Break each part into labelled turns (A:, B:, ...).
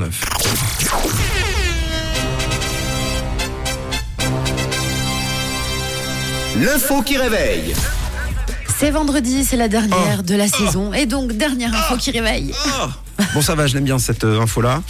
A: meuf.
B: L'info qui réveille.
C: C'est vendredi, c'est la
A: Oh.
C: dernière de la saison. Et donc, dernière info qui réveille.
A: Bon, ça va, je l'aime bien cette euh, info-là.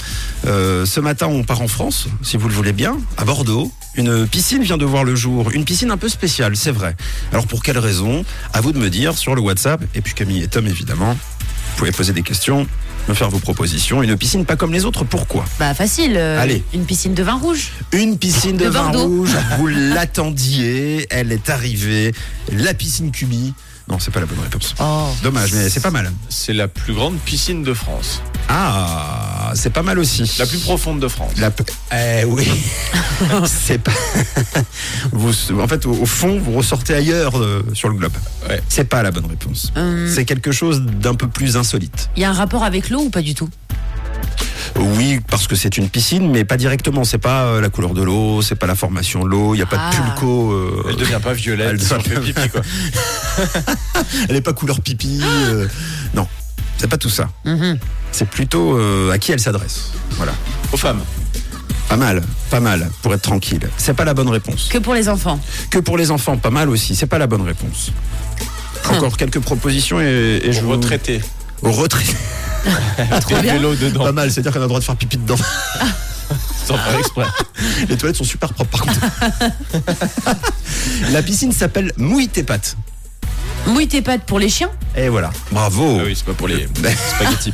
A: Euh, ce matin, on part en France, si vous le voulez bien, à Bordeaux. Une piscine vient de voir le jour. Une piscine un peu spéciale, c'est vrai. Alors, pour quelle raison À vous de me dire sur le WhatsApp. Et puis, Camille et Tom, évidemment, vous pouvez poser des questions, me faire vos propositions. Une piscine pas comme les autres, pourquoi
C: Bah, facile. euh,
A: Allez.
C: Une piscine de vin rouge.
A: Une piscine de,
C: De
A: vin
C: Bordeaux.
A: rouge, vous l'attendiez, elle est arrivée. La piscine Cubi. Non, c'est pas la bonne réponse.
C: Oh.
A: Dommage, mais c'est pas mal.
D: C'est la plus grande piscine de France.
A: Ah, c'est pas mal aussi.
D: La plus profonde de France.
A: La p- Eh oui. c'est pas. vous, en fait, au, au fond, vous ressortez ailleurs euh, sur le globe.
D: Ouais.
A: C'est pas la bonne réponse.
C: Hum.
A: C'est quelque chose d'un peu plus insolite.
C: Il y a un rapport avec l'eau ou pas du tout
A: Oui, parce que c'est une piscine, mais pas directement. C'est pas euh, la couleur de l'eau, c'est pas la formation de l'eau. Il y a pas de
C: Ah.
A: pulco. euh,
D: Elle devient pas violette.
A: Elle
D: si on fait
A: devient-
D: pipi, quoi.
A: elle est pas couleur pipi. euh, non, c'est pas tout ça. C'est plutôt euh, à qui elle s'adresse. Voilà.
D: Aux femmes.
A: Pas mal, pas mal, pour être tranquille. C'est pas la bonne réponse.
C: Que pour les enfants.
A: que pour les enfants, pas mal aussi. C'est pas la bonne réponse.
D: Hum.
A: Encore quelques propositions et, et je
D: Je
A: vous- Ah,
D: retraité.
A: Au retrait.
D: Des vélos dedans.
A: Pas mal, c'est-à-dire qu'on a le droit de faire pipi dedans.
D: Sans faire exprès.
A: Les toilettes sont super propres par contre. la piscine s'appelle Mouille tes pattes.
C: Mouille tes pattes pour les chiens.
A: Et voilà. Bravo.
D: Ah oui, c'est pas pour les spaghettis.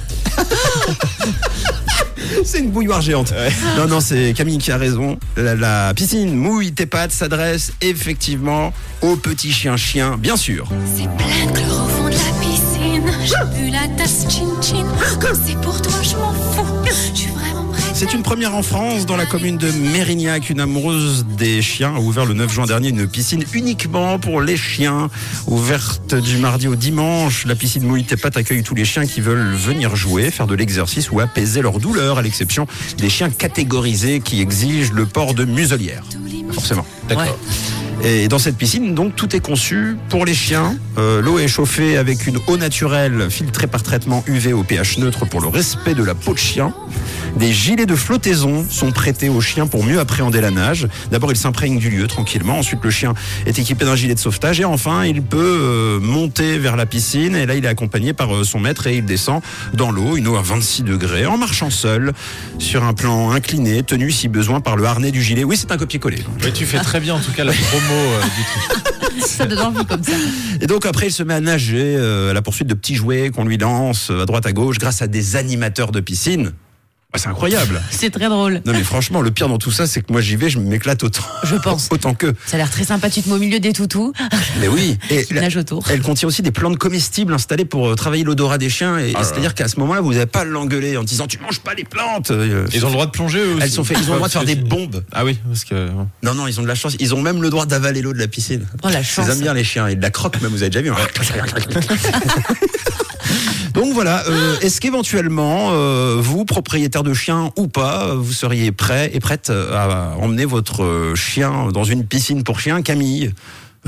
A: C'est une bouilloire géante. Non, non, c'est Camille qui a raison. La, la piscine Mouille tes pattes s'adresse effectivement aux petits chiens-chiens, bien sûr.
E: C'est plein de chlore au fond de la piscine. J'ai bu la tasse chin-chin. Comme c'est pour toi, je m'en fous. Je suis vraiment prête.
A: C'est une première en France dans la commune de Mérignac. Une amoureuse des chiens a ouvert le 9 juin dernier une piscine uniquement pour les chiens. Ouverte du mardi au dimanche, la piscine Mouille Tes Pattes accueille tous les chiens qui veulent venir jouer, faire de l'exercice ou apaiser leur douleur, à l'exception des chiens catégorisés qui exigent le port de muselière. Forcément.
D: D'accord.
A: Et dans cette piscine, donc, tout est conçu pour les chiens. Euh, L'eau est chauffée avec une eau naturelle filtrée par traitement UV au pH neutre pour le respect de la peau de chien. Des gilets de flottaison sont prêtés aux chiens pour mieux appréhender la nage. D'abord, il s'imprègne du lieu tranquillement. Ensuite, le chien est équipé d'un gilet de sauvetage. Et enfin, il peut euh, monter vers la piscine. Et là, il est accompagné par euh, son maître et il descend dans l'eau, une eau à 26 degrés, en marchant seul, sur un plan incliné, tenu si besoin par le harnais du gilet. Oui, c'est un copier-coller.
D: Mais tu fais très bien, en tout cas, la promo euh, du truc.
C: Ça donne envie comme ça.
A: Et donc après, il se met à nager euh, à la poursuite de petits jouets qu'on lui lance euh, à droite à gauche grâce à des animateurs de piscine. Bah, c'est incroyable.
C: C'est très drôle.
A: Non mais franchement, le pire dans tout ça, c'est que moi j'y vais, je m'éclate autant.
C: Je pense.
A: Autant que.
C: Ça a l'air très sympa. Tu te mets au milieu des toutous
A: Mais oui. Et
C: qui
A: la-
C: nagent autour.
A: elle contient aussi des plantes comestibles installées pour euh, travailler l'odorat des chiens.
D: Ah
A: Et, et c'est-à-dire qu'à ce moment-là, vous n'avez pas à l'engueuler en disant tu manges pas les plantes. Euh,
D: Ils ont le droit de plonger, eux
A: elles
D: aussi
A: sont fait, ils ont le droit de faire
D: Parce
A: des
D: que-
A: bombes.
D: Ah oui, parce que.
A: Non, non, ils ont de la chance. Ils ont même le droit d'avaler l'eau de la piscine.
C: Oh, la chance.
A: Ils aiment bien les chiens. Ils la croquent même, vous avez déjà vu. hein. Donc voilà, euh, est-ce qu'éventuellement, euh, vous, propriétaire de chien ou pas, vous seriez prêt et prête euh, à emmener votre euh, chien dans une piscine pour chien, Camille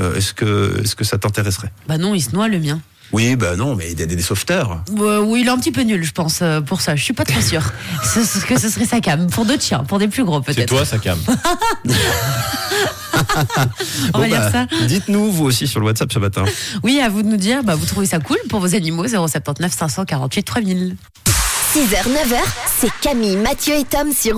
A: Euh, Est-ce que, est que ça t'intéresserait
C: Bah non, il se noie le mien.
A: Oui, bah non, mais des, des- des sauveteurs.
C: Euh, oui, il est un petit peu nul, je pense, euh, pour ça. Je suis pas trop sûre Ce- ce- que ce serait sa cam. Pour d'autres chiens, pour des plus gros
D: C'est
C: peut-être.
D: toi, ça calme.
C: On va
A: Bon,
C: lire ça.
A: bah, Dites-nous, vous aussi, sur le WhatsApp ce matin.
C: Oui, à vous de nous dire. Bah, vous trouvez ça cool pour vos animaux 079 548 3000.
F: 6h, 9h, c'est Camille, Mathieu et Tom sur Rouge.